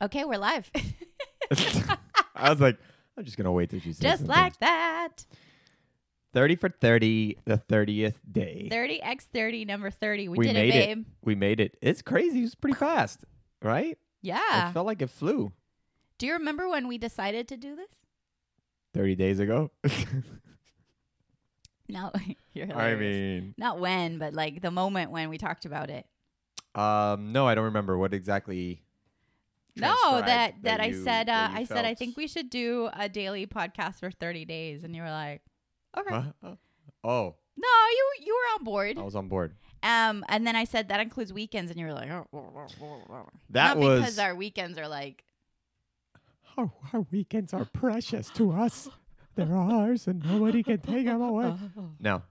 Okay, we're live. I was like, I'm just gonna wait till she says. Just something. like that. thirty for thirty, the thirtieth day. 30x30, number 30. We, we did it, made babe. We made it. It's crazy. It was pretty fast, right? Yeah. It felt like it flew Do you remember when we decided to do this? thirty days ago. No, you're I hilarious. mean, Not when, but like the moment when we talked about it. um, no, I don't remember what exactly. No, transcribed that that, I you- said uh, that I you said I felt. think we should do a daily podcast for 30 days and you were like, "Okay." Huh? Uh-huh. Oh, No, you you were on board. I was on board. Um and then I said that includes weekends and you were like, "Oh, blah, blah, blah, blah." That Not was because our weekends are like our, our weekends are precious to us. They're ours, and nobody can take them away. Oh. No,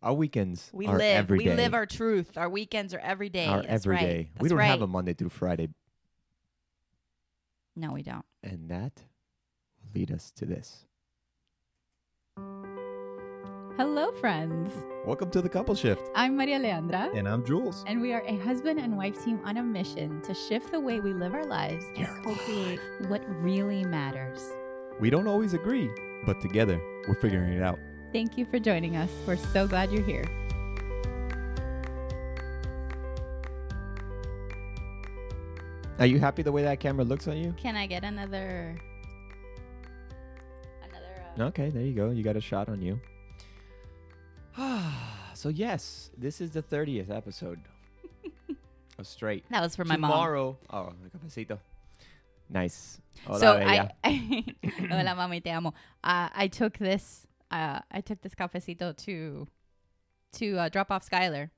our weekends Uh-huh. We are live. every We day. live our truth. Our weekends are every day. Our That's every right. day. That's we don't right. have a Monday through Friday, No, we don't. and that will lead us to this. Hello, friends. Welcome to the couple shift, I'm Maria Leandra, and I'm Jules. and we are a husband and wife team on a mission to shift the way we live our lives and You're co-create what really matters. We don't always agree, but together we're figuring it out. Thank you for joining us. We're so glad you're here. Are you happy the way that camera looks on you? Can I get another? Another. Uh, Okay, there you go. You got a shot on you. so yes, this is the thirtieth episode of Straight. That was for my mom. Tomorrow. Oh, the cafecito. Nice. Hola, so bella. I, hola mami, te amo. Uh, I took this, uh, I took this cafecito to, to uh, drop off Skylar.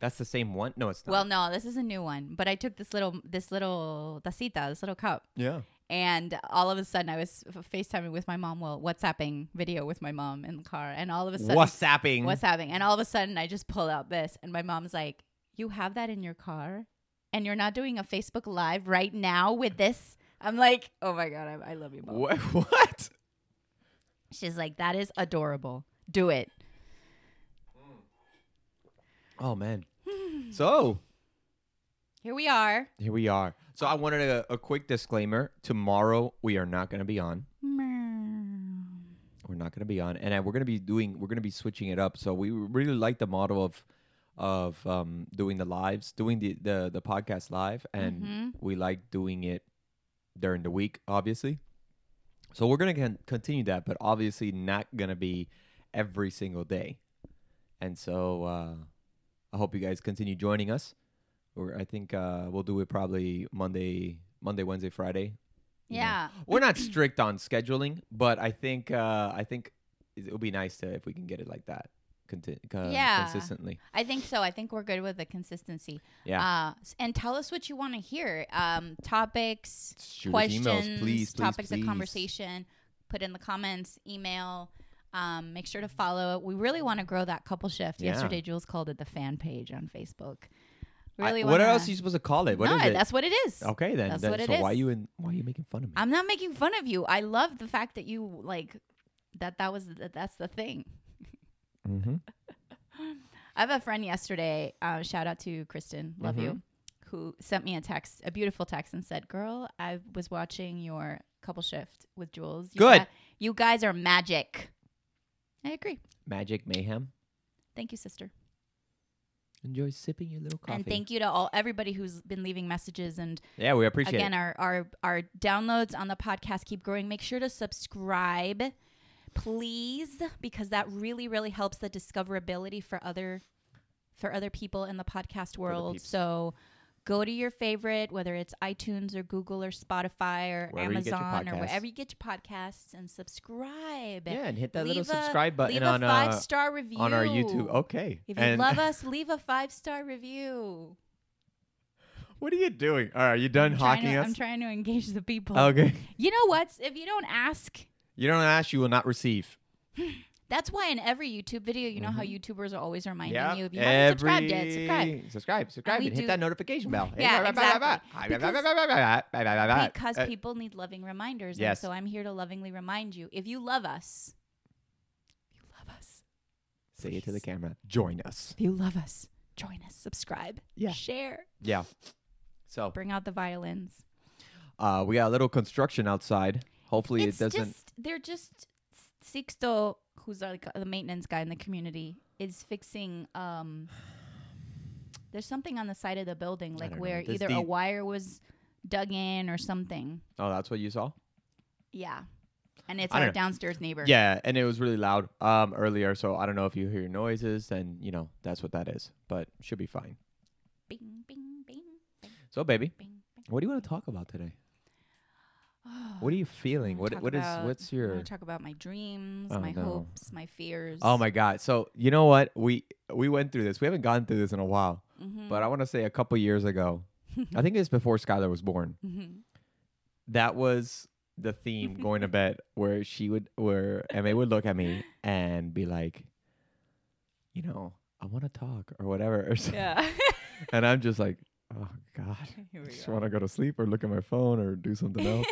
That's the same one. No, it's not. Well, no, this is a new one, but I took this little, this little tacita, this little cup, yeah. and all of a sudden I was f- FaceTiming with my mom, well, WhatsApping video with my mom in the car, and all of a sudden, WhatsApping. WhatsApping, and all of a sudden I just pull out this, and my mom's like, "You have that in your car, and you're not doing a Facebook Live right now with this." I'm like, "Oh my god, I, I love you, mom." Wha- What? She's like, that is adorable. Do it. Oh man. so Here we are. here we are. So I wanted a, a quick disclaimer. Tomorrow we are not going to be on. We're not going to be on, and I, we're going to be doing. We're going to be switching it up. So we really like the model of of um, doing the lives, doing the the, the podcast live, and Mhm. we like doing it during the week, obviously. So we're going to con- continue that, but obviously not going to be every single day. And so uh, I hope you guys continue joining us. Or I think uh, we'll do it probably Monday, Monday, Wednesday, Friday. you know. Yeah. we're not strict on scheduling, but I think uh, I think it would be nice to if we can get it like that, conti- uh, Yeah. consistently. I think so. I think we're good with the consistency. Yeah. Uh, s- and tell us what you want to hear. Um, topics, Shoot us questions, emails, please, please, topics please. of conversation. Put in the comments, email. Um, make sure to follow it. We really want to grow that couple shift. Yeah. Yesterday, Jules called it the fan page on Facebook. I- Really, what wanna- else are you supposed to call it? What no, is it? that's what it is. okay then. that's then- what it so why is. you in, why are you making fun of me? I'm not making fun of you. I love the fact that you like that. That was that, that's the thing. Uh, mm-hmm. I have a friend yesterday. Uh, shout out to Kristen, love Mhm. you, who sent me a text, a beautiful text, and said, "Girl, I was watching your couple shift with Jules. You Good. gu- you guys are magic." I agree. Magic mayhem. Thank you, sister, Enjoy sipping your little coffee. and thank you to all everybody who's been leaving messages and Yeah, we appreciate again it. our, our our downloads on the podcast keep growing make sure to subscribe please because that really really helps the discoverability for other for other people in the podcast world peeps. so go to your favorite whether it's itunes or google or spotify or Wherever you get your amazon or podcasts. wherever you get your podcasts and subscribe Yeah, and hit that Leave little a- subscribe leave button a on five uh, star review on our YouTube. Okay. if you And- love us leave a five star review what are you doing? All right, are you done I'm trying hawking to- us? Oh. i'm trying to engage the people okay. you know what if you don't ask You don't ask, you will not receive. That's why in every YouTube video, you know how YouTubers are always reminding you if you haven't Mm-hmm. Every... subscribed yet, subscribe. Subscribe, subscribe, we and hit do- that notification bell. Yeah, exactly. Because, Because people need loving reminders. Uh, yes. And so I'm here to lovingly remind you. If you love us, if you love us, Say it to the camera. Join us. if you love us, join us, subscribe, Yeah. share, Yeah. So, bring out the violins. Uh, we got a little construction outside. Hopefully it's it doesn't. just they're just Sixto, who's like the maintenance guy in the community, is fixing. um There's something on the side of the building, I like don't know. where This either a deep- wire was dug in or something. Oh, that's what you saw. Yeah, and it's I our don't know. downstairs neighbor. Yeah, and it was really loud um earlier, so I don't know if you hear noises, and you know that's what that is, but should be fine. Bing, bing, bing, bing, So, baby, bing, bing. what do you want to talk about today? Oh, What are you I feeling? wanna What talk what is about- what's I your? want to talk about my dreams, Oh, my no. hopes, my fears. Oh my god! So you know what we we went through this. We haven't gone through this in a while, Mhm. but I want to say a couple years ago, I think it's before Skylar was born. Mhm. That was the theme going to bed, where she would where Emma would look at me and be like, you know, I want to talk or whatever, or something. yeah. and I'm just like, oh god. Here I we just go. want to go to sleep or look at my phone or do something else.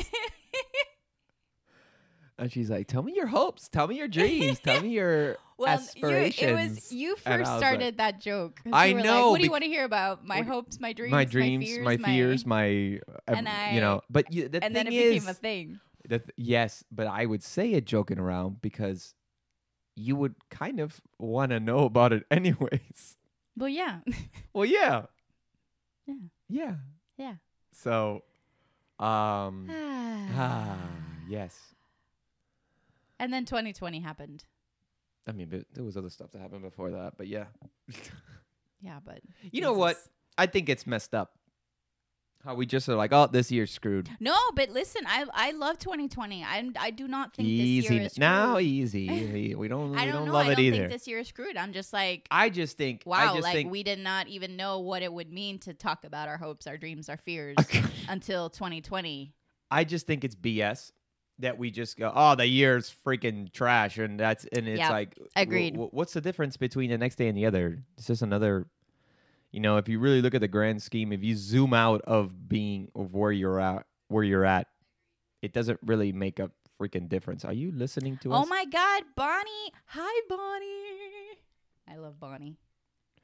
and she's like, "Tell me your hopes. Tell me your dreams. Tell me your Well, you, it was aspirations." you And I first was like- started that joke. 'cause I you were Like, know, what do you bec- want to hear about? My what do- hopes, my dreams, my dreams, my, fears, my, And ev- you know. But you, the and thing then it is, became a thing. the th- yes, but I would say it joking around because you would kind of want to know about it anyways. Well, yeah. well, yeah, Yeah. yeah, Yeah. So, um, ah, yes. And then 2020 happened. I mean, but there was other stuff that happened before that, but yeah. Yeah, but You know what? Jesus. I think it's messed up. How we just are like, oh, this year's screwed. No, but listen, I I love 2020. I I do not think this Easy year is screwed. now, easy. easy. We don't. I we don't don't know. love I it don't either. think this year is screwed. I'm just like. I just think. I Wow, just like think, we did not even know what it would mean to talk about our hopes, our dreams, our fears until 2020. I just think it's BS that we just go, oh, the year's freaking trash, and that's and it's Yeah, like, w- agreed. w- what's the difference between the next day and the other? It's just another. You know, if you really look at the grand scheme, if you zoom out of being of where you're at, where you're at, it doesn't really make a freaking difference. Are you listening to us? Oh my God, Bonnie! Hi, Bonnie. I love Bonnie.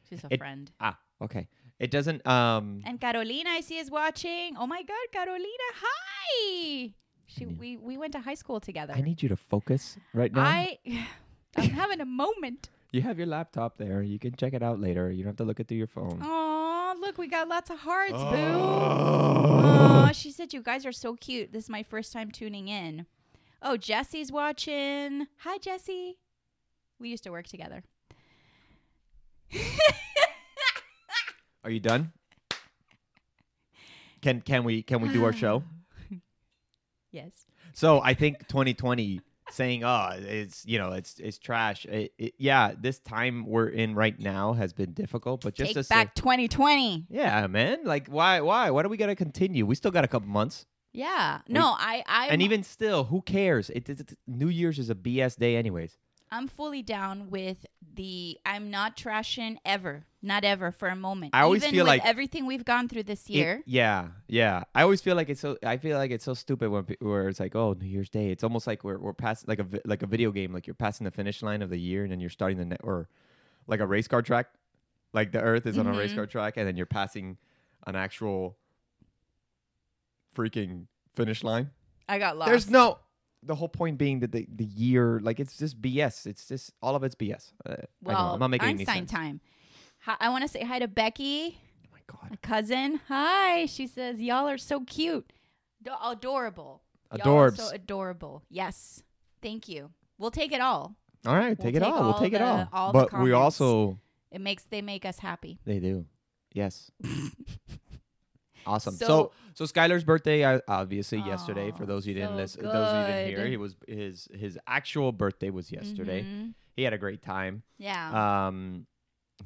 She's a It- friend. Ah, okay. It doesn't. Um. And Carolina, I see is watching. Oh my God, Carolina! Hi. She, need- we we went to high school together. I need you to focus right now. I I'm having a moment. you have your laptop there. You can check it out later. You don't have to look it through your phone. Oh, look, we got lots of hearts, boo. Oh. Oh, she said you guys are so cute. This is my first time tuning in. Oh, Jesse's watching. Hi, Jesse. We used to work together. Are you done? Can can we can we do our show? Yes. So I think 2020 saying oh it's you know it's it's trash. It, it, yeah, this time we're in right now has been difficult, but just to Take say- back 2020. yeah, man. Like why why why do we got to continue? We still got a couple months. Yeah. No, I I and even still, who cares? It, it, it- New Year's is a BS day, anyways. I'm fully down with the I'm not trashing ever, not ever for a moment. I always even feel with like- everything we've gone through this It- year. yeah, yeah. I always feel like it's so. I feel like it's so stupid when pe- where it's like, oh, New Year's Day. It's almost like we're we're passing like a vi- like a video game. Like you're passing the finish line of the year, and then you're starting the net or like a race car track. Like the Earth is on a race Mhm. car track, and then you're passing an actual freaking finish line. I got lost. There's no. The whole point being that the, the year, like it's just BS. It's just all of it's BS. Uh, well, I know, I'm not making Einstein any sense. time. Hi, I want to say hi to Becky, Oh my god. my cousin. Hi. She says y'all are so cute. D- adorable. Y'all are Adorbs. so adorable. Yes. Thank you. We'll take it all. all right, We'll take it take all. We'll all take it the- all. all the but we comments. also It makes they make us happy. they do. Yes. awesome. So So- so Skylar's birthday uh, obviously yesterday for Aw, those who didn't so listen those who didn't hear, good. he was his his actual birthday was yesterday. Mhm. He had a great time. Yeah. Um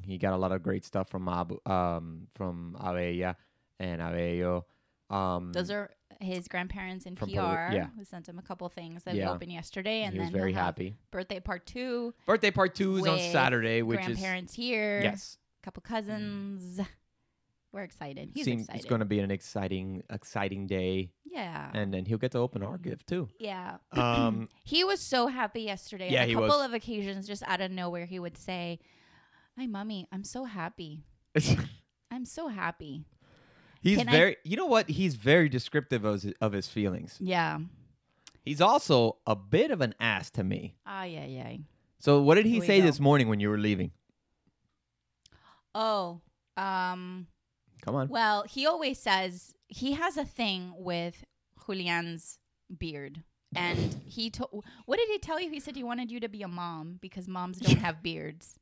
he got a lot of great stuff from Abu, um from Abella and Abello. Um Those are his grandparents in PR. From Puerto Ri- yeah. We sent him a couple things that Yeah. we opened yesterday, and he then was very he'll have happy. Birthday part two. Birthday part 2 is on with Saturday, which is grandparents here. Yes. Mm-hmm. couple cousins. We're excited. He's Seems- excited. It's going to be an exciting exciting day yeah. and then he'll get to open our gift too. yeah. Um He was so happy yesterday. Yeah, on a he couple was. of occasions, just out of nowhere, he would say, "Hi, mommy, I'm so happy. I'm so happy." He's Can I- very, you know what? He's very descriptive of his, of his feelings. Yeah. He's also a bit of an ass to me. Ay, ay, ay. So, what did he Here we say go. this morning when you were leaving? Oh, um, Come on. well, he always says he has a thing with Julian's beard. And he told, what did he tell you? He said he wanted you to be a mom because moms don't have beards.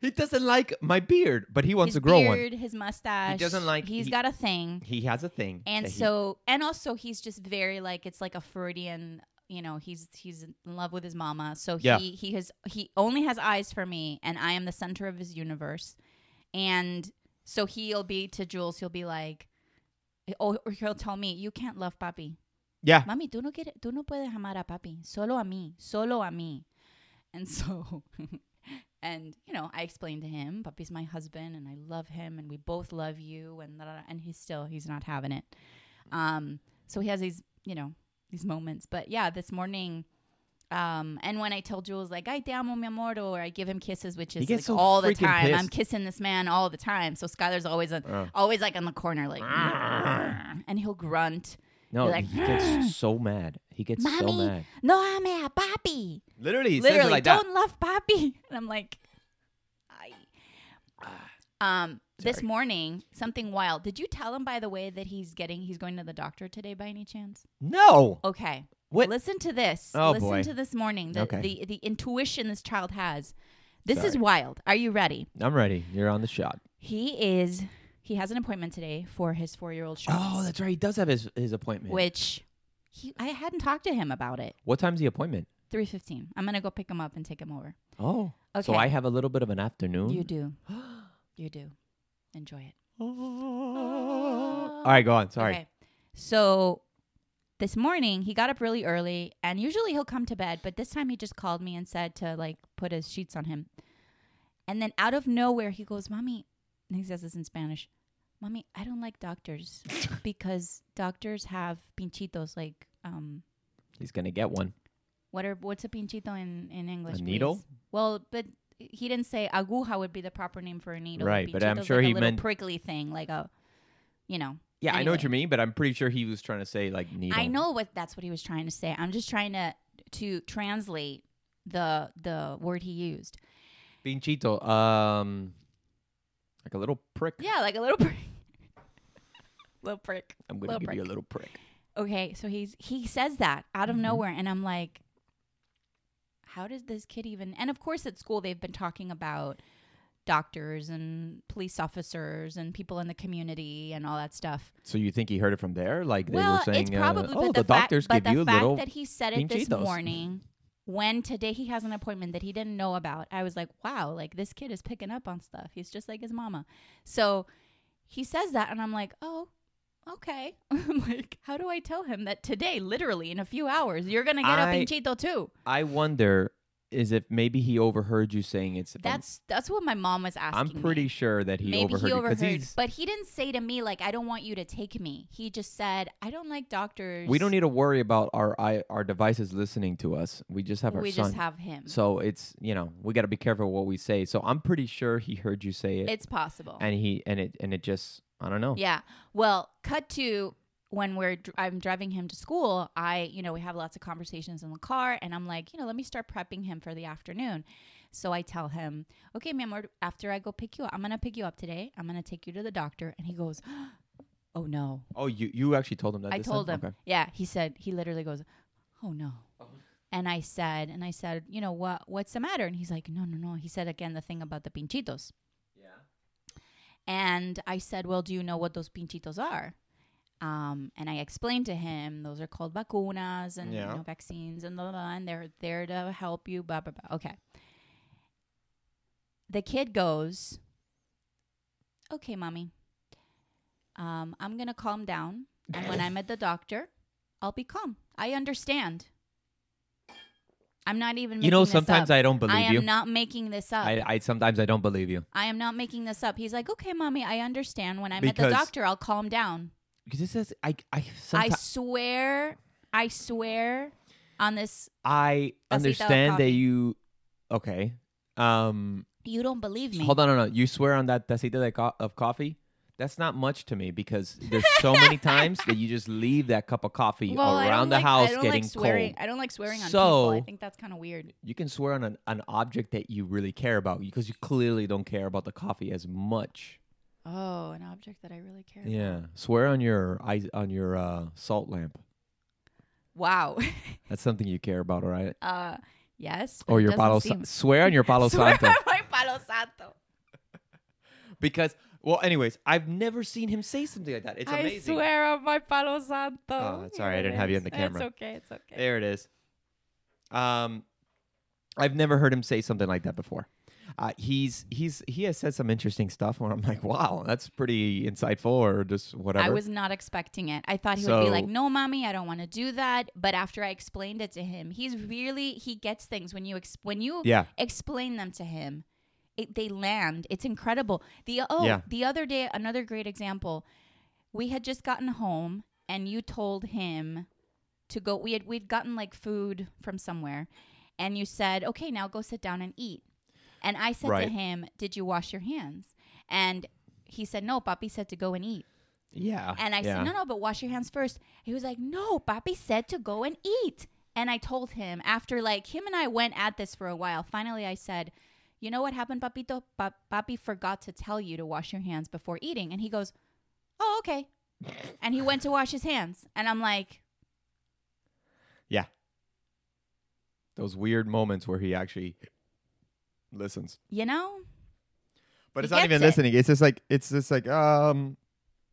He doesn't like my beard, but he wants his to grow one. beard, his mustache. doesn't like- He's he- got a thing. He has a thing. And that he- so, and also, he's just very like it's like a Freudian. You know, he's he's in love with his mama, so Yeah. he he has he only has eyes for me, and I am the center of his universe. And so he'll be to Jules, he'll be like, oh, or he'll tell me, you can't love papi, yeah, mami, tú no quieres, tú no puedes amar a papi, solo a mí, solo a mí. And so, and you know, I explained to him, papi's my husband, and I love him, and we both love you, and da, da, da, and he's still he's not having it. Um, so he has these, you know, these moments. But yeah, this morning, um, and when I tell Jules like "I te amo, mi amor," or I give him kisses, which is like gets so all the freaking time. I'm pissed. kissing this man all the time. So Skylar's always on, Uh. always like in the corner, like, and he'll grunt. no, You're like, he gets so mad. He gets so Mommy. mad. No, I'm a papi. Literally, he says it Literally, like that. don't love papi. And I'm like, I. Um, this Ah. Sorry. morning, something wild. Did you tell him, by the way, that he's getting he's going to the doctor today by any chance? No. Okay. What? Listen to this. Oh, Listen boy. to this morning. The, Okay. the the intuition this child has. This is Sorry. wild. Are you ready? I'm ready. You're on the shot. He is. He has an appointment today for his four year old shots. Oh, that's right. He does have his, his appointment. which he I hadn't talked to him about it. What time's the appointment? Three fifteen. I'm gonna go pick him up and take him over. Oh. So Okay. I have a little bit of an afternoon. You do. You do. Enjoy it. All right, go on. Sorry. Okay. So this morning he got up really early and usually he'll come to bed, but this time he just called me and said to like put his sheets on him. And then out of nowhere he goes, Mommy and he says this in Spanish, Mommy, I don't like doctors because doctors have pinchitos, like um He's gonna get one. what are what's a pinchito in, in English? A needle? please? Well, but he didn't say aguja would be the proper name for a needle. Right, but I'm Pinchito's sure like a he little meant- prickly thing, like a you know. Yeah, I know what Anyway. you mean, but I'm pretty sure he was trying to say like needle. I know what that's what he was trying to say. I'm just trying to to translate the the word he used. Pinchito. Um, like a little prick. Yeah, like a little prick. little prick. I'm gonna little give you a prick. little prick. Okay, so he's he says that out of Mhm. nowhere and I'm like how does this kid even And of course at school they've been talking about doctors and police officers and people in the community and all that stuff. So you think he heard it from there? Like well, they were saying, it's probably uh, but oh, the, the doctors fact, give but you the a fact little. that he said it this pinchitos. morning when today he has an appointment that he didn't know about. I was like, wow, like this kid is picking up on stuff. He's just like his mama. So he says that and I'm like, "Oh, okay." I'm like, "How do I tell him that today literally in a few hours you're going to get I- a pinchito too?" I wonder is if maybe he overheard you saying it's. if I'm- That's that's what my mom was asking. I'm, me. pretty sure that he Maybe overheard he it 'cause overheard, he's. but he didn't say to me like, "I don't want you to take me." He just said, "I don't like doctors." We don't need to worry about our i- our devices listening to us. We just have our We son. just have him. so it's you know we got to be careful what we say. So I'm pretty sure he heard you say it, It's possible. and he and it and it just I don't know. yeah. Well, cut to when we're dr- I'm driving him to school, I, you know, we have lots of conversations in the car and I'm like, you know, let me start prepping him for the afternoon. So I tell him, "Okay, mi amor, after I go pick you up, I'm going to pick you up today. I'm going to take you to the doctor." And he goes, "Oh no." Oh, you you actually told him that. I this told time? him. Yeah, he said he literally goes, "Oh no." And I said, and I said, "You know what what's the matter?" And he's like, "No, no, no." He said again the thing about the pinchitos. Yeah. And I said, Well, do you know what those pinchitos are? Um, and I explained to him those are called vacunas and you Yeah. know, vaccines and blah, blah, blah, and they're there to help you, blah, blah, blah. Okay. The kid goes, Okay, mommy, um, I'm going to calm down. And when I'm at the doctor, I'll be calm. I understand. I'm not even making You know, this sometimes up. I don't believe I am you. not making this up. I, I sometimes I don't believe you I am not making this up. He's like, okay, mommy, I understand. When I'm at Because- the doctor, I'll calm down. because this is I I I sometimes swear, I swear on this, I, Tacita of understand that coffee. you okay um you don't believe me. hold on no no you swear on that tacita de co- of coffee That's not much to me because there's so many times that you just leave that cup of coffee I don't around the like- house I don't getting like swearing. cold. I don't like swearing on people. I So- think that's kind of weird. You can swear on an, an object that you really care about because you clearly don't care about the coffee as much. Oh, an object that I really care. about. Yeah, swear on your ice- on your uh, salt lamp. Wow. That's something you care about, all right? uh, yes. but Or it your doesn't palo. seem- Sa- swear on your palo Swear santo on my palo santo. because. Well, anyways, I've never seen him say something like that. It's amazing. I swear on my palo santo. Oh, it's all right. I Here didn't have you in the is. camera. It's okay. It's okay. There it is. Um, I've never heard him say something like that before. Uh, he's he's he has said some interesting stuff where I'm like, wow, that's pretty insightful, or just whatever. I was not expecting it. I thought he would be like, So- "No, mommy, I don't want to do that." But after I explained it to him, he's really he gets things when you ex- when you yeah, explain them to him. It, they land. It's incredible. The oh, Yeah. the other day, another great example. We had just gotten home, and you told him to go. We had we'd gotten like food from somewhere, and you said, "Okay, now go sit down and eat." And I said Right. to him, "Did you wash your hands?" And he said, "No, Papi said to go and eat." yeah. And I yeah. said, no, no, but wash your hands first. He was like, no, Papi said to go and eat. And I told him after, like, him and I went at this for a while. Finally, I said, you know what happened, Papito? Pa- Papi forgot to tell you to wash your hands before eating. And he goes, oh, okay. and he went to wash his hands. And I'm like, Those weird moments where he actually listens, you know? but He it's not gets even it. listening. It's just like it's just like um,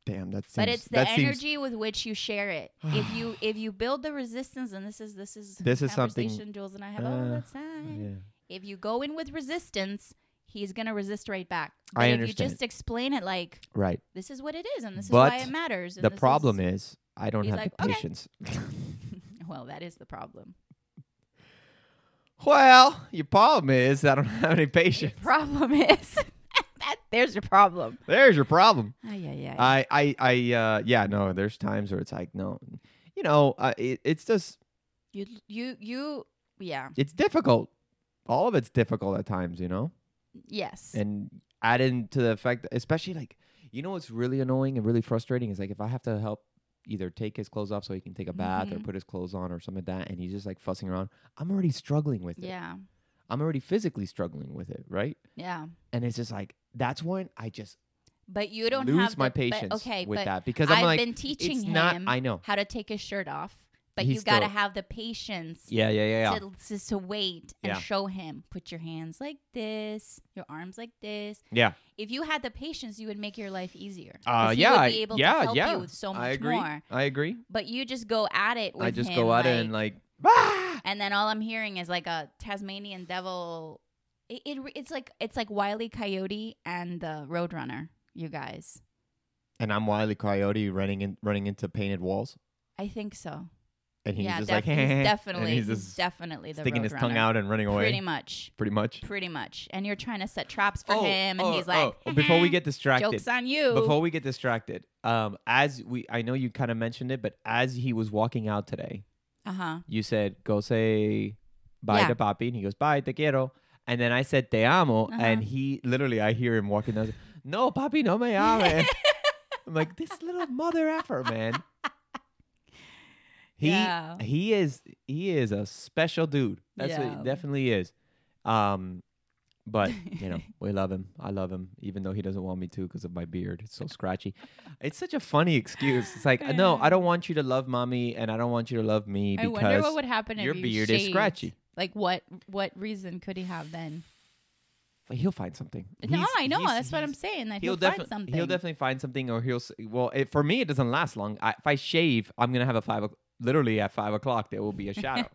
damn, that seems. but it's the that seems- energy with which you share it. if you if you build the resistance, and this is this is This is something- conversation Jules and I have all Uh, the time. yeah. if you go in with resistance, he's going to resist right back. But I if you understand. just explain it like Right. this is what it is and this is why But it matters. And The problem is, I don't He's have like, the "Okay." patience. well, that is the problem. well, your problem is I don't have any patience. Problem is that there's your problem. There's your problem. Ay, ay, ay. I, I, I, uh, yeah, no, there's times where it's like, no, you know, uh, it, it's just, you you you yeah. it's difficult. All of it's difficult at times, you know? Yes. And add into the fact, that, especially like, you know, what's really annoying and really frustrating is like if I have to help either take his clothes off so he can take a bath or Mhm. put his clothes on or something like that, and he's just like fussing around, I'm already struggling with it. yeah. I'm already physically struggling with it, right? Yeah. And it's just like, that's when I just But you don't lose have my the, but- patience okay, with but that because I'm I've like, been teaching it's him not, I know. how to take his shirt off, but He's you got to still- have the patience Yeah, yeah, yeah, yeah. to, to, to wait and Yeah. show him put your hands like this your arms like this yeah. if you had the patience you would make your life easier 'Cause Uh, he yeah, would I- be able yeah, to help yeah. you with so much I agree. more I agree. but you just go at it with I just him, go like, at it and like, ah! and then all i'm hearing is like a tasmanian devil it, it re- it's like it's like wiley coyote and the roadrunner you guys and I'm Wiley Coyote running in, running into painted walls, i think so and he's yeah just def- like, he's and definitely he's he's, just definitely the sticking his tongue Roadrunner. out and running away, pretty much pretty much. pretty much and you're trying to set traps for him and he's like oh, before we "Haha, get distracted, jokes on you before we get distracted, um, as we, I know you kind of mentioned it, but as he was walking out today, uh-huh you said, "Go say bye Yeah. to Papi," and he goes, "Bye, te quiero." And then I said, "Te amo," Uh-huh. and he literally, I hear him walking down. No, Papi, no me ame. I'm like this little mother effer, man. He Yeah. he is he is a special dude. That's what Yeah. he definitely is. Um, but you know we love him. I love him, even though he doesn't want me to because of my beard. It's so scratchy. It's such a funny excuse. It's like no, I don't want you to love mommy, and I don't want you to love me i because wonder what would happen your if you beard is shaved. scratchy. like what what reason could he have then he'll find something. no He's- i know he's- that's what he's- i'm saying that he'll, he'll, definitely find something he'll definitely find something or he'll s- well it, for me it doesn't last long I, if i shave i'm gonna have a five o- literally at five o'clock there will be a shadow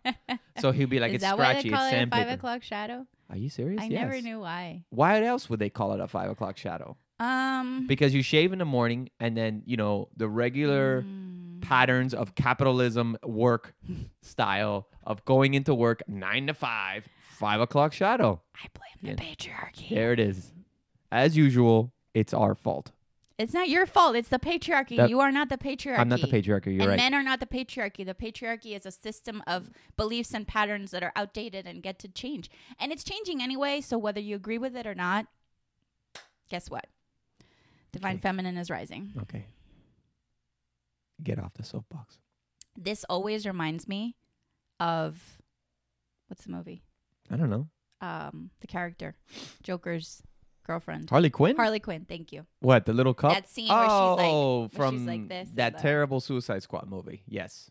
so he'll be like is it's that why they scratchy call it's it a five sandpaper o'clock shadow are you serious i yes. never knew why why else would they call it a five o'clock shadow um because you shave in the morning and then you know the regular mm, patterns of capitalism work style of going into work nine to five five o'clock shadow i blame the patriarchy there it is as usual it's our fault it's not your fault it's the patriarchy That- you are not the patriarchy i'm not the patriarchy you're and right men are not the patriarchy. The patriarchy is a system of beliefs and patterns that are outdated and get to change. And it's changing anyway, so whether you agree with it or not, guess what? Divine Okay. Feminine is rising. Okay. Get off the soapbox. This always reminds me of what's the movie? I don't know. Um, the character, Joker's girlfriend, Harley Quinn? Harley Quinn. Thank you. what, the little cup? That scene where she's like, oh, she's from like this and that the- terrible Suicide Squad movie. Yes.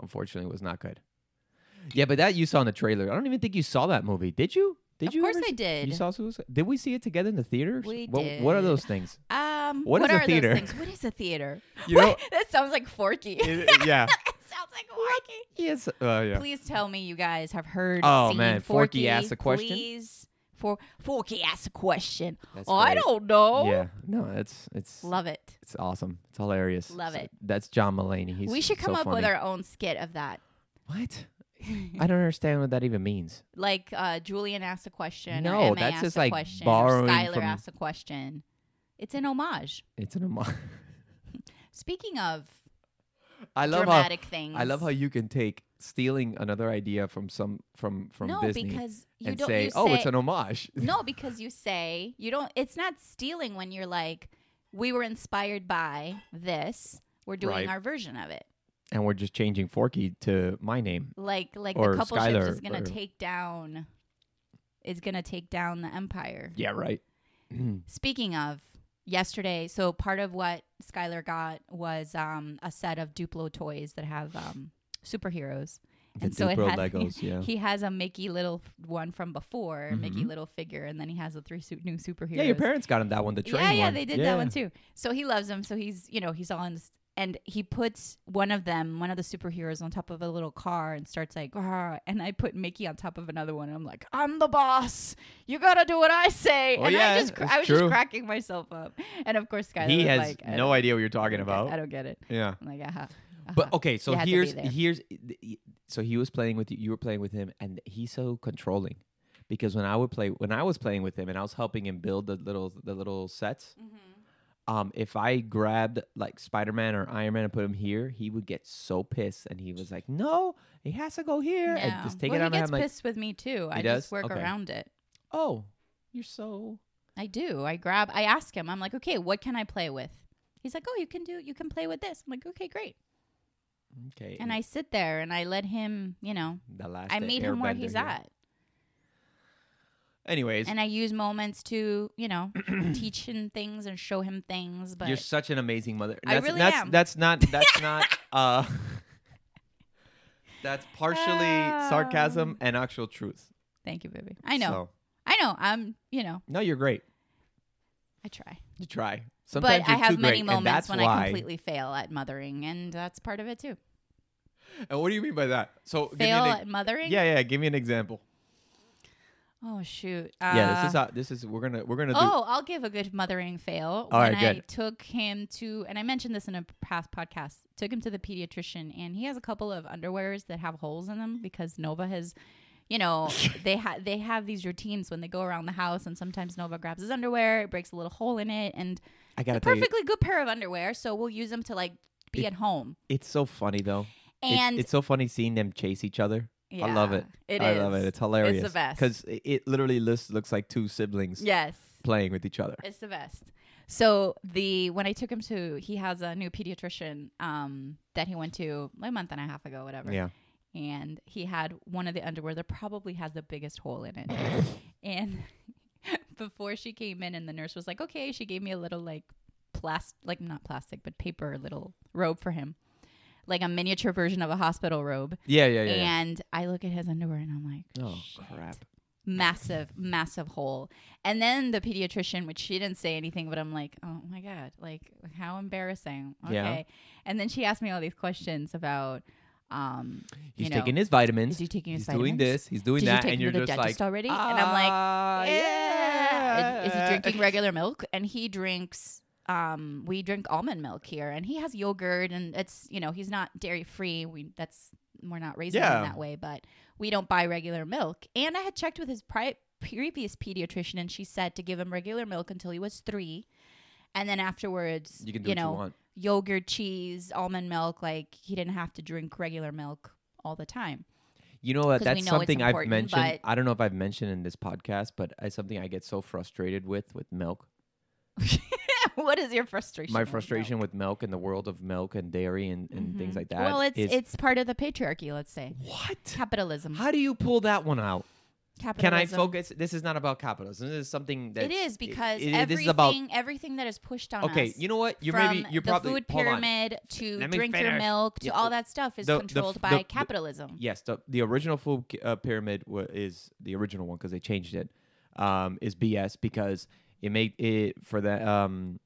Unfortunately, it was not good. Yeah, but that you saw in the trailer. I don't even think you saw that movie. Did you? Did of you? course ever I see- did. You saw Suicide? Did we see it together in the theaters? We what, What are did. those things? um, What what, is a are theater? those things? What is a theater? You know? What? that sounds like Forky. it it- yeah. sounds like Forky. Yes. Uh, yeah. Please tell me you guys have heard. Oh, seen man, Forky, Forky asked a question? Please, for Forky asked a question. That's Oh, I great. don't know. Yeah. No, it's it's Love it. it's awesome. It's hilarious. Love So- it. That's John Mulaney. He's we should so come up with funny. our own skit of that. What? I don't understand what that even means. Like uh, Julian asked a question. No, or Emma that's asked just, a like, question, borrowing Or Skylar from- asked a question. It's an homage. It's an homage. Speaking of I love dramatic things, how I love how you can take stealing another idea from some from from no, Disney because you and don't. say, you "Oh, it's say- an homage." no, because you say you don't. It's not stealing when you're like, we were inspired by this. We're doing Right. our version of it. and we're just changing Forky to my name. Like, like Or the couple Skylar, ships is gonna or- take down. Is gonna take down the empire. Yeah, right. Speaking of yesterday, so part of what Skylar got was um, a set of Duplo toys that have um, superheroes. The And so it Duplo had- Legos, yeah. He has a Mickey Little f- one from before, Mickey Mhm. Little figure, and then he has the three su- new superheroes. Yeah, your parents got him that one, the train yeah, yeah, one. they did that one too. So he loves them. So he's, you know, he's all in. This, and he puts one of them, one of the superheroes, on top of a little car and starts like, "Grr," and I put Mickey on top of another one. And I'm like, I'm the boss. You gotta do what I say. Oh, and yeah, I just, cr- it's I was true. just cracking myself up. And of course, Skylar He was has like, I no don't- idea what you're talking I don't get- I about. don't get it. Yeah. I'm like, "Uh-huh, aha. But oh, okay, so You had to be here's there. here's so he was playing with you. You were playing with him, and he's so controlling because when I would play when I was playing with him and I was helping him build the little the little sets. Mm-hmm. Um, if I grabbed like Spider Man or Iron Man and put him here, he would get so pissed, and he was like, "No, it has to go here," and just take well, he it out of my gets hand. Like, pissed with me too. I does? just work Okay. around it. oh, you're so I do. I grab. I ask him. I'm like, okay, what can I play with? He's like, oh, you can do. You can play with this. I'm like, okay, great. okay. And I sit there and I let him. You know, the last I meet him where Airbender he's here. at, Anyways, and I use moments to, you know, teach him things and show him things. But You're such an amazing mother. I That's, really that's, am. That's not. That's not. Uh, that's partially sarcasm Um, and actual truth. thank you, baby. I know. So, I know. I'm. You know, no, you're great. I try. You try. Sometimes but I you're too have many great, and moments that's when why. I completely fail at mothering, and that's part of it too. And what do you mean by that? So give me fail an, at mothering. e- yeah, yeah. Give me an example. Oh shoot. yeah, this Uh, is how, this is we're gonna we're gonna do. Oh, I'll give a good mothering fail. All when right, I good. took him to, and I mentioned this in a past podcast, took him to the pediatrician, and he has a couple of underwears that have holes in them because Nova has, you know, they ha- they have these routines when they go around the house, and sometimes Nova grabs his underwear, it breaks a little hole in it, and I gotta it's a tell you, perfectly good pair of underwear, so we'll use them to like be It- at home. it's so funny though. It- And it's so funny seeing them chase each other. I love yeah, it. It I is. love it. It's hilarious. best. because it, it literally looks looks like two siblings yes. playing with each other. It's the best. So the when I took him to, he has a new pediatrician um, that he went to like a month and a half ago, whatever. Yeah. And he had one of the underwear that probably has the biggest hole in it. and before she came in, and the nurse was like, "Okay," she gave me a little like plastic, like not plastic, but paper little robe for him, like a miniature version of a hospital robe. Yeah, yeah, yeah. yeah. And I look at his underwear, and I'm like, Oh "Shit." crap. massive, massive hole. And then the pediatrician, which she didn't say anything, but I'm like, oh my God, like how embarrassing. Okay. Yeah. And then she asked me all these questions about, um, He's you know, taking his vitamins. is he taking his he's doing vitamins? this. He's doing Did you that, take and him you're to the just dentist like, already? And I'm like, "Ah, Yeah. Uh, Uh, Is, is he drinking yeah." regular milk? And he drinks. Um, we drink almond milk here, and he has yogurt, and it's you know he's not dairy free. We that's we're not raising Yeah. him that way, but we don't buy regular milk. And I had checked with his pri- previous pediatrician, and she said to give him regular milk until he was three, and then afterwards, You can do what know, you want. yogurt, cheese, almond milk. Like he didn't have to drink regular milk all the time. You know what? 'Cause we That's know it's something I've important, mentioned. but- I don't know if I've mentioned in this podcast, but it's something I get so frustrated with with milk. what is your frustration? my with milk? frustration with milk and the world of milk and dairy and, and things Mhm. like that. Well, it's is- it's part of the patriarchy, let's say. what? Capitalism. How do you pull that one out? Can I Capitalism. focus? This is not about capitalism. This is something that It is because this everything is about. everything that is pushed on Okay, us. you know what? You're from maybe you're the probably food hold on. pyramid to Let me drink your finish. milk to Yeah, all that stuff is the- the f- controlled the- by the- capitalism. Yes, the, the original food c- uh, pyramid wa- is the original one because they changed it. Um, is BS because it made it for the um,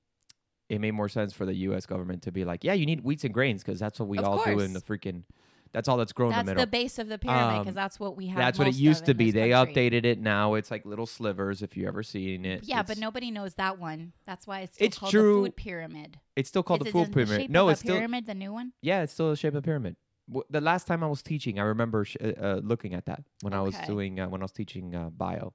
it made more sense for the U.S. government to be like, yeah, you need wheats and grains because that's what we Of all do in course. the freaking. That's all that's grown in that's the the, middle. base of the pyramid because Um, that's what we have. that's what it most of used to in be. this They country. updated it now. It's like little slivers if you ever seen it. Yeah, but It's- nobody knows that one. That's why it's still It's called true. the food pyramid. It's still called Is the it food in pyramid. shape no, of a it's still pyramid. The new one. yeah, it's still the shape of a pyramid. W- The last time I was teaching, I remember sh- uh, uh, looking at that when I was Okay. doing uh, when I was teaching uh, bio,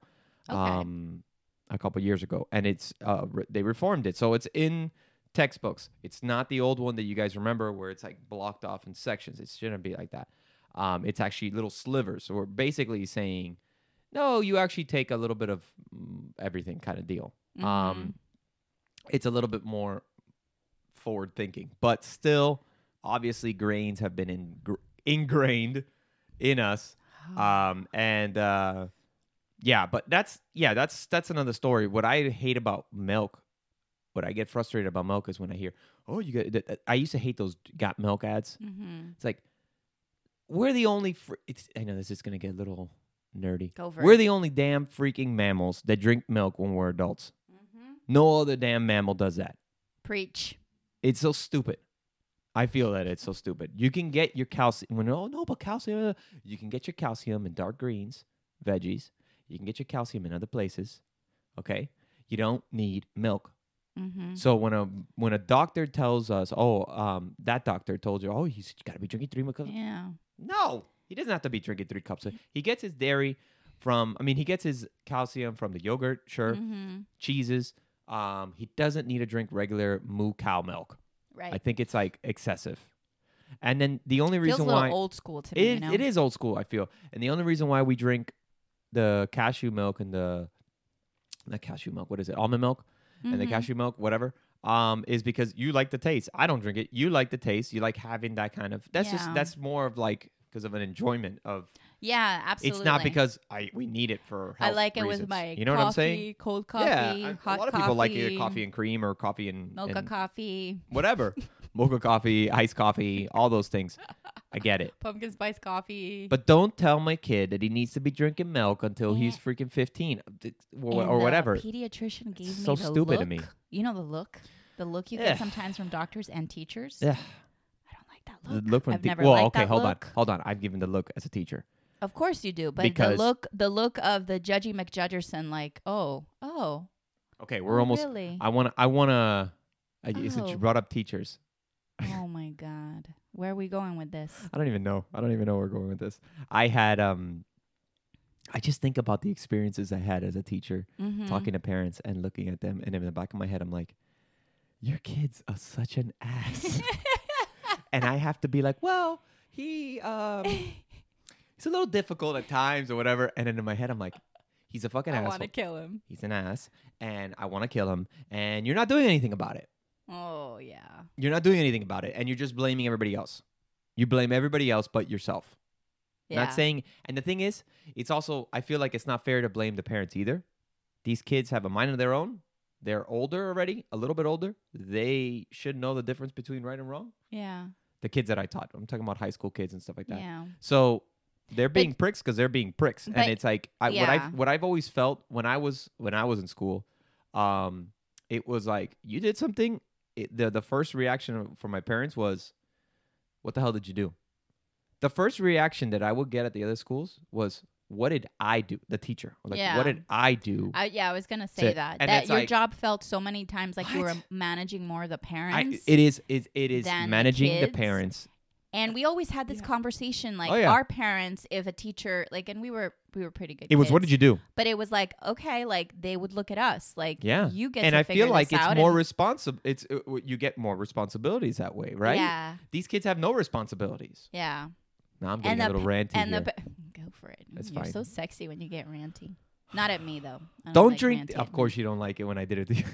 Okay. um, a couple years ago, and it's uh, re- they reformed it, so it's in textbooks. It's not the old one that you guys remember where it's like blocked off in sections. It shouldn't be like that. Um, it's actually little slivers. So we're basically saying, no, you actually take a little bit of mm, everything kind of deal. Um, Mm-hmm. it's a little bit more forward thinking, but still, obviously, grains have been ingr ingrained in us. Mm-hmm. Oh. Um, and uh, yeah, but that's yeah, that's that's another story. What I hate about milk, what I get frustrated about milk is when I hear, oh, you got. th- th- I used to hate those got milk ads. hmm It's like we're the only. Fr- it's, I know this is gonna get a little nerdy. Go for We're it. the only damn freaking mammals that drink milk when we're adults. No other damn mammal does that. Mm-hmm. Preach. It's so stupid. I feel that it's so stupid. You can get your calcium. When, oh no, but calcium. uh," You can get your calcium in dark greens, veggies. You can get your calcium in other places. Okay, you don't need milk. hmm So when a when a doctor tells us, oh, um, that doctor told you, oh, he's got to be drinking three cups. Yeah. No, he doesn't have to be drinking three cups. He gets his dairy from. I mean, he gets his calcium from the yogurt, sure, hmm cheeses. Um, he doesn't need to drink regular moo cow milk. Right. I think it's like excessive. And then the Feels only a reason little why old school to it, me. you is- know? it is old school, I feel. And the only reason why we drink the cashew milk and the not cashew milk, what is it? Almond milk and the Mhm. cashew milk, whatever, um, is because you like the taste. I don't drink it. You like the taste. You like having that kind of. That's just Yeah. that's more of like because of an enjoyment of. Yeah, absolutely. It's not because I we need it for. I health like it reasons. with my You know what I'm saying? coffee, cold coffee, yeah, I- hot a lot of people like either coffee, coffee and cream or coffee and mocha and coffee, whatever. Mocha coffee, iced coffee, all those things. I get it. pumpkin spice coffee. But don't tell my kid that he needs to be drinking milk until he's Yeah. freaking 15 uh, th- And or, or the whatever. Pediatrician gave me so the stupid to me. look. You know the look, the look you Ugh. get sometimes from doctors and teachers. Ugh, I don't like that the look. look from I've the- never well, liked okay, that hold look. on, hold on. I've given the look as a teacher. Of course you do, but Because- the look, the look of the Judgy McJudgerson, like, oh, oh, Okay, we're oh, almost. really. I wanna, I wanna. I, Since Oh. you brought up teachers, oh my god, where are we going with this? I don't even know. I don't even know where we're going with this. I had um. I just think about the experiences I had as a teacher Mhm. talking to parents and looking at them. And in the back of my head, I'm like, your kid's a, such an ass. and I have to be like, well, he, um, he's a little difficult at times or whatever. And then in my head, I'm like, he's a fucking I asshole. want to kill him. He's an ass. And I want to kill him. And you're not doing anything about it. Oh yeah. You're not doing anything about it. And you're just blaming everybody else. You blame everybody else but yourself. yeah. Not saying, and the thing is, it's also, I feel like it's not fair to blame the parents either. These kids have a mind of their own. They're older already, a little bit older. They should know the difference between right and wrong. Yeah. The kids that I taught, I'm talking about high school kids and stuff like that. Yeah. So they're being pricks because they're being pricks, but- and it's like I, what yeah. I've what I've always felt when I was when I was in school, um, it was like you did something. It, the the first reaction from my parents was, "What the hell did you do?" The first reaction that I would get at the other schools was, "What did I do?" The teacher, like, Yeah. "What did I do?" I, yeah, I was gonna So- say that. and That it's your like- job felt so many times like you were What? managing more of the I, parents. it is it, it is than the managing the, kids. parents. and we always had this conversation, like Oh, yeah. our parents, if a teacher, like, and we were we were pretty good. It was, "What did you do?" But it was like, okay, like they would look at us, like, Yeah. you get. And to I figure feel like this it's out more and- responsible. It's uh, you get more responsibilities that way, right? Yeah, These kids have no responsibilities. yeah. Now I'm getting a little pa- ranty and here. the pa- go for it. That's You're fine. so sexy when you get ranty. Not at me though. I don't like drink. ranty Of at me. course, you don't like it when I did it. to you.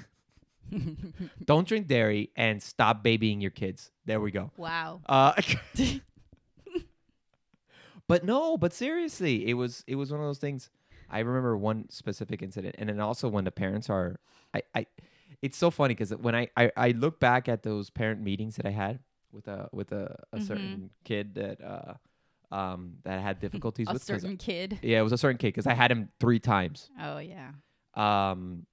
Don't drink dairy and stop babying your kids. There we go. wow. Uh, but no, but seriously, it was it was one of those things. I remember one specific incident, and then also when the parents are, I, I it's so funny because when I, I I look back at those parent meetings that I had with a with a, a Mhm. certain kid that uh um that I had difficulties A with. 'cause- certain kid. yeah, it was a certain kid because I had him three times Oh yeah. um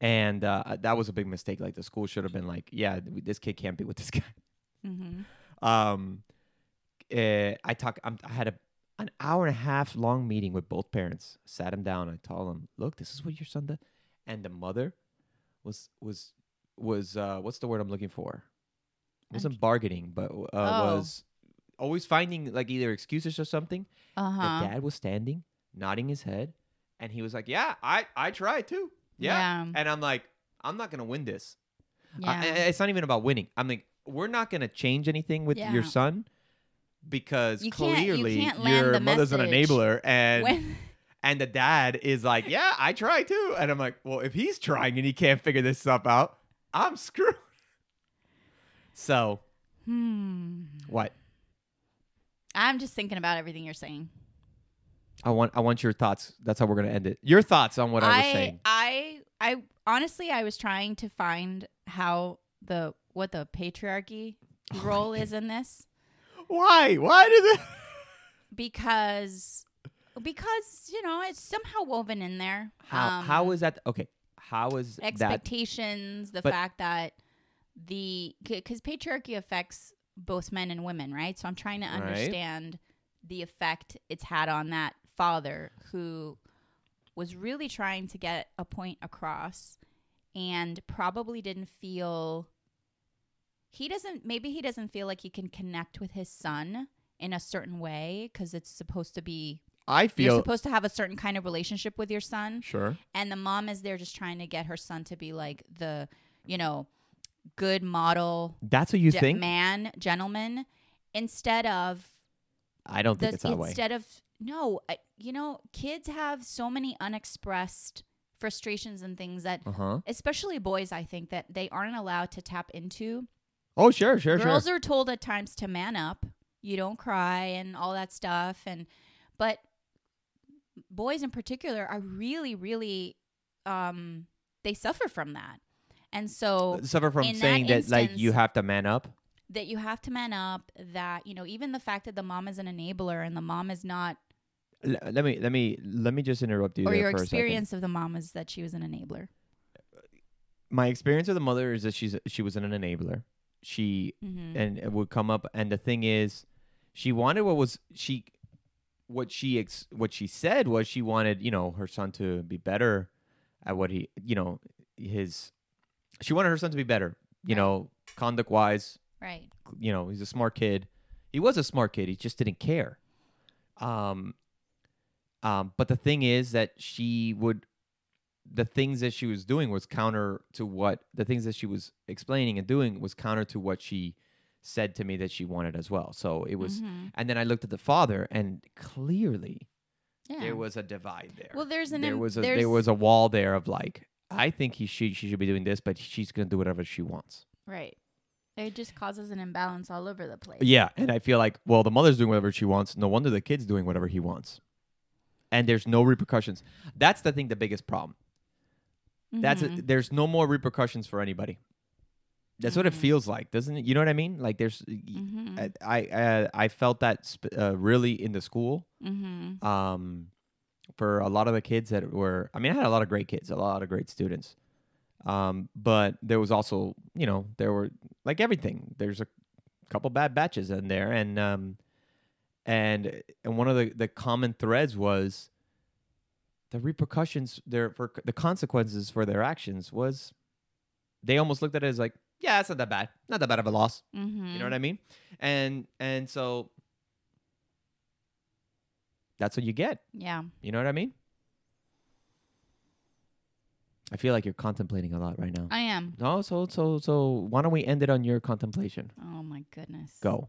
and uh that was a big mistake like the school should have been like yeah th- this kid can't be with this guy Mm-hmm. um uh, i talk I'm, i had a an hour and a half long meeting with both parents sat him down i told him look this is what your son does and the mother was was was uh what's the word i'm looking for wasn't bargaining but uh, Oh. was always finding like either excuses or something Uh the huh. dad was standing, nodding his head, and he was like, "Yeah, I I tried too. Yeah." And I'm like, "I'm not gonna win this. I- I- it's not even about winning. I'm like, we're not gonna change anything with Yeah. your son because You can't- you clearly can't land your the mother's an message enabler, and when and the dad is like, "Yeah, I tried too." And I'm like, "Well, if he's trying and he can't figure this stuff out, I'm screwed." So hmm. what? I'm just thinking about everything you're saying. I want I want your thoughts. That's how we're gonna end it. Your thoughts on what I, was saying. I I honestly I was trying to find how the what the patriarchy Oh role is in this Why? Why does it? because because you know it's somehow woven in there. How Um, how is that okay? How is that expectations the but- fact that the because patriarchy affects both men and women right so i'm trying to Right. understand the effect it's had on that father who was really trying to get a point across and probably didn't feel he doesn't maybe he doesn't feel like he can connect with his son in a certain way because it's supposed to be I you're feel supposed to have a certain kind of relationship with your son sure. and the mom is there just trying to get her son to be like the you know good model That's what you ge- think? man gentleman instead of I don't think the, it's that way. instead of no I, you know kids have so many unexpressed frustrations and things that Uh huh. especially boys i think that they aren't allowed to tap into Oh sure, sure, girls sure. are told at times to man up you don't cry and all that stuff and but boys in particular are really really um they suffer from that and so Suffer from in that saying that, like instance- you have to man up. that you have to man up that you know even the fact that the mom is an enabler and the mom is not L- let me let me let me just interrupt you or there your for experience of the mom was that she was an enabler a second. My experience with the mother is that she's she was an enabler. She mm-hmm. and it would come up, and the thing is, she wanted what was she, what she ex, what she said was she wanted you know her son to be better at what he you know his she wanted her son to be better you Right. know conduct wise right you know he's a smart kid he was a smart kid he just didn't care um um but the thing is that she would the things that she was doing was counter to what the things that she was explaining and doing was counter to what she said to me that she wanted as well so it was Mhm. and then i looked at the father and clearly yeah there was a divide there well there's an there em- was a there's, there was a wall there of like i think he should she should be doing this but she's gonna do whatever she wants right it just causes an imbalance all over the place Yeah, and I feel like, well, the mother's doing whatever she wants. No wonder the kid's doing whatever he wants. And there's no repercussions. That's the thing, the biggest problem. That's Mhm. it. there's no more repercussions for anybody. That's what it Mhm. feels like, doesn't it? You know what I mean? Like there's, Mhm. I I uh, I felt that sp- uh, really in the school. Mm-hmm. Um, for a lot of the kids that were, I mean, I had a lot of great kids, a lot of great students. Um, but there was also, you know, there were like everything. There's a couple bad batches in there, and um, and and one of the the common threads was the repercussions there for the consequences for their actions was they almost looked at it as like, yeah, it's not that bad, not that bad of a loss. Mm-hmm. You know what I mean? And and so that's what you get. Yeah. You know what I mean? I feel like you're contemplating a lot right now. I am. no, so so so why don't we end it on your contemplation? Oh my goodness. Go.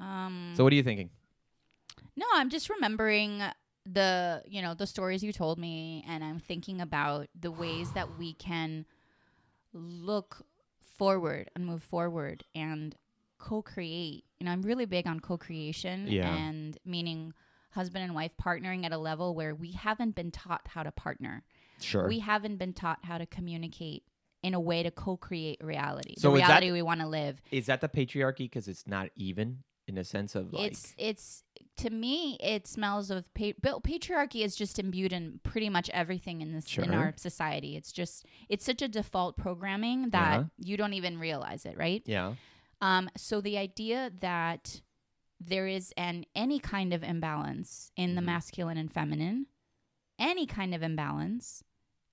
Um So what are you thinking? No, I'm just remembering the, you know, the stories you told me and I'm thinking about the ways that we can look forward and move forward and co-create. You know, I'm really big on co-creation Yeah. and meaning husband and wife partnering at a level where we haven't been taught how to partner. Sure. We haven't been taught how to communicate in a way to co-create reality. So the is that- reality we want to live. Is that the patriarchy? Because it's not even in the sense of like. it's it's to me it smells of pa- but patriarchy is just imbued in pretty much everything in this in Sure. our society. It's just it's such a default programming that Yeah. you don't even realize it, right? yeah. Um, so the idea that there is an any kind of imbalance in the Mhm. masculine and feminine, any kind of imbalance,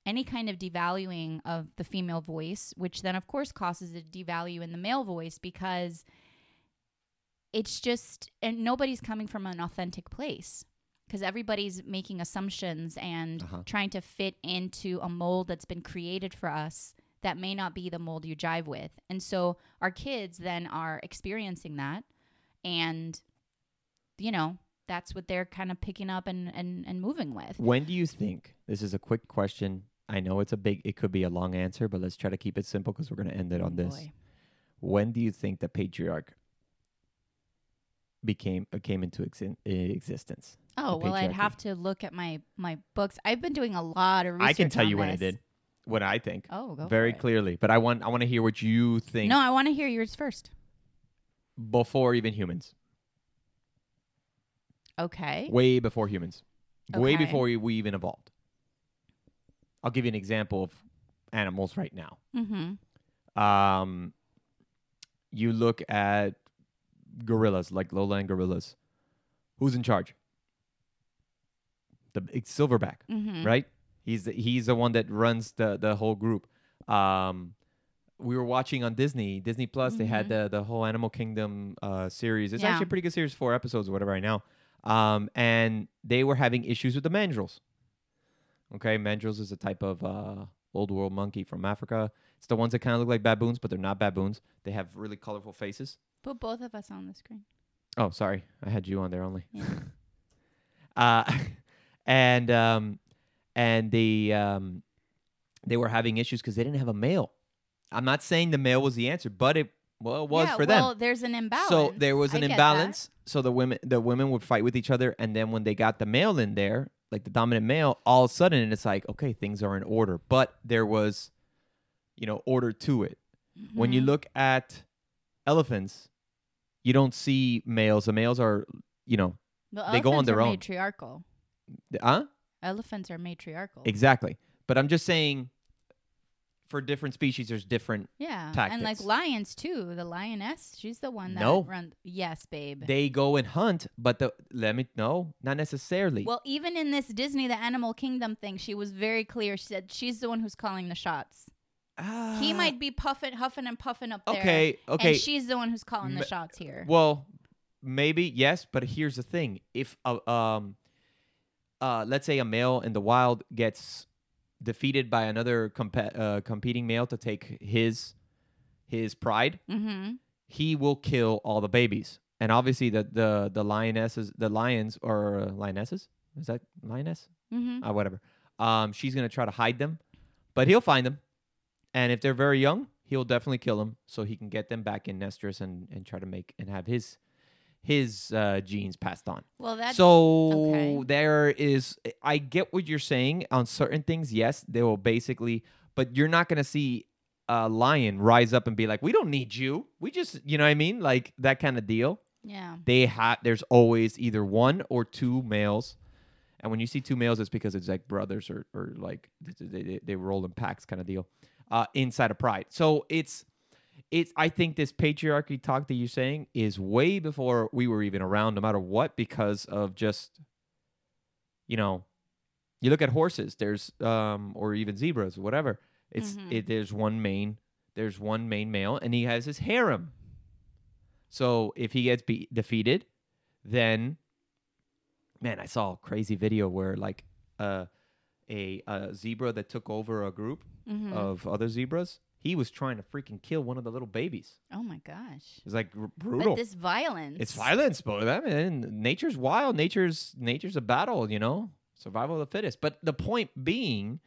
any kind of devaluing of the female voice, which then of course causes a devalue in the male voice because it's just and nobody's coming from an authentic place because everybody's making assumptions and Uh-huh. trying to fit into a mold that's been created for us that may not be the mold you jive with. And so our kids then are experiencing that and you know, that's what they're kind of picking up and and, and moving with. When do you think? This is a quick question. I know it's a big. It could be a long answer, but let's try to keep it simple because we're going to end it on this. Boy. When do you think the patriarch became uh, came into exi- existence? Oh, well I'd patriarchy. have to look at my my books. I've been doing a lot of research I can tell on you when I this. did, when I think, Oh, go very for it. clearly. But I want I want to hear what you think No, I want to hear yours first. before even humans, Okay. way before humans, way Okay. before we- we even evolved. I'll give you an example of animals right now. Mhm. um, you look at gorillas like lowland gorillas who's in charge the it's silverback Mhm. right he's the, he's the one that runs the the whole group um we were watching on disney disney plus they had the the whole animal kingdom uh series it's Yeah. actually a pretty good series four episodes or whatever right now um and they were having issues with the mandrels okay mandrels is a type of uh old world monkey from africa it's the ones that kind of look like baboons but they're not baboons they have really colorful faces Put both of us on the screen. Oh, sorry. I had you on there only. Yeah. uh, and um, and the um, they were having issues because they didn't have a male. I'm not saying the male was the answer, but it well it was yeah, for well, them. there's an imbalance. So there was I an get that. imbalance. So the women the women would fight with each other, and then when they got the male in there, like the dominant male, all of a sudden it's like okay, things are in order. But there was, you know, order to it. When you Mhm. look at elephants, you don't see males. The males are, you know, Well, they go on elephants their are own. Matriarchal. th- huh? Oh. Elephants are matriarchal. Exactly. But I'm just saying, for different species, there's different. yeah, and like tactics. lions too. The lioness, she's the one that No. runs. Yes, babe. They go and hunt, but the let me no, not necessarily. well, even in this Disney, the Animal Kingdom thing, she was very clear. She said she's the one who's calling the shots. he Ah, might be puffing, huffing, and puffing up there. Okay. Okay. And she's the one who's calling the Ma- shots here. Well, maybe yes, but here's the thing: if uh, um, uh, let's say a male in the wild gets defeated by another compe- uh, competing male to take his his pride, mm-hmm. he will kill all the babies. And obviously, the the the lionesses, the lions or uh, lionesses, is that lioness? Mm-hmm. Uh, whatever. Um, she's gonna try to hide them, but he'll find them. And if they're very young, he'll definitely kill them so he can get them back in Nestorus and and try to make and have his his uh, genes passed on. Well, that's so okay. there is, I get what you're saying on certain things. Yes, they will basically, but you're not gonna see a lion rise up and be like, "We don't need you. We just," you know what I mean, like that kind of deal yeah. they have there's always either one or two males and when you see two males it's because it's like brothers or, or like th- th- they, they, they roll in packs kind of deal uh, inside of pride so it's it's i think this patriarchy talk that you're saying is way before we were even around no matter what because of just you know you look at horses there's um or even zebras whatever it's Mhm. it, there's one main there's one main male and he has his harem so if he gets be- defeated, then man, I saw a crazy video where like uh, a a zebra that took over a group Mm-hmm. of other zebras, he was trying to freaking kill one of the little babies. oh my gosh. It's like gr- But brutal. this violence. It's violence, but I mean, nature's wild. Nature's nature's a battle, you know, survival of the fittest. But the point being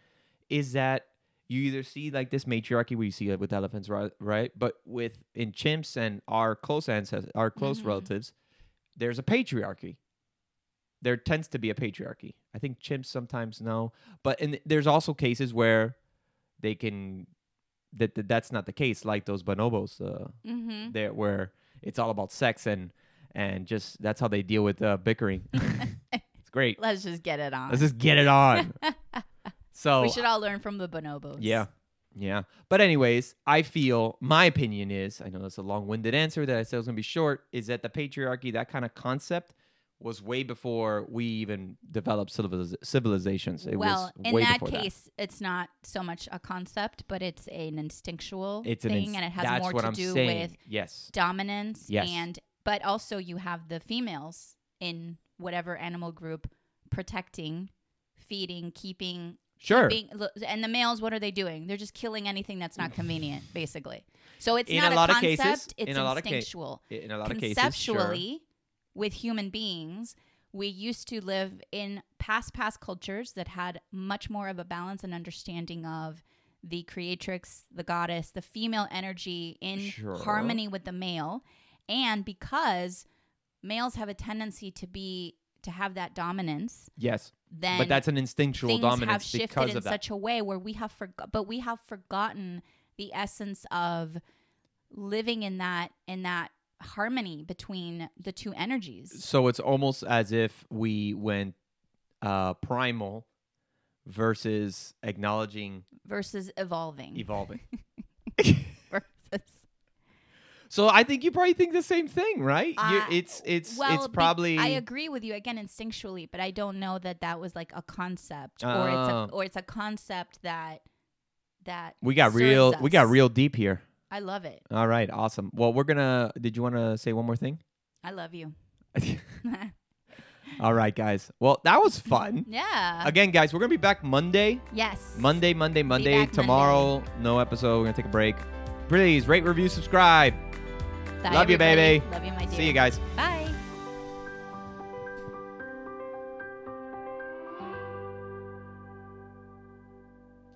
is that you either see like this matriarchy where you see it with elephants, right? Right, but with in chimps and our close ancestors, our close Mhm. relatives, there's a patriarchy. There tends to be a patriarchy. I think chimps sometimes know, but and there's also cases where they can that, that that's not the case. Like those bonobos, uh, Mm-hmm. there where it's all about sex and and just that's how they deal with uh, bickering. it's great. Let's just get it on. Let's just get it on. So we should all learn from the bonobos. yeah. Yeah. But anyways, I feel my opinion is, I know that's a long-winded answer that I said was going to be short, is that the patriarchy, that kind of concept was way before we even developed civiliz- civilizations. It well, was in way that before case, it's not so much a concept, but it's an instinctual It's an thing, ins- and it has that's more what to I'm do saying. with yes. dominance Yes. and but also you have the females in whatever animal group protecting feeding keeping Sure. being lo- and the males what are they doing they're just killing anything that's not convenient basically so it's In not a, a lot of concept cases- it's in a lot of ca- instinctual I- in a lot of cases, sure. conceptually with human beings we used to live in past past cultures that had much more of a balance and understanding of the creatrix the goddess the female energy in Sure. harmony with the male and because males have a tendency to be to have that dominance Yes. then but that's an instinctual things dominance have shifted because in of that. such a way where we have forgot but we have forgotten the essence of living in that in that harmony between the two energies so it's almost as if we went uh, primal versus acknowledging Mm. versus evolving evolving. versus So I think you probably think the same thing, right? Uh, you, it's it's well it's be- probably i agree with you again instinctually but i don't know that that was like a concept or Oh. it's a, or it's a concept that that we got serves real we got us. real deep here. i love it All right, awesome. Well, we're gonna. Did you want to say one more thing? i love you All right, guys. Well, that was fun. yeah Again, guys, we're gonna be back Monday. yes Monday, Monday, Monday. back Tomorrow, no episode. We're gonna take a break. Please rate, review, subscribe. Bye, love you, everybody. baby. love you my dear See you guys. bye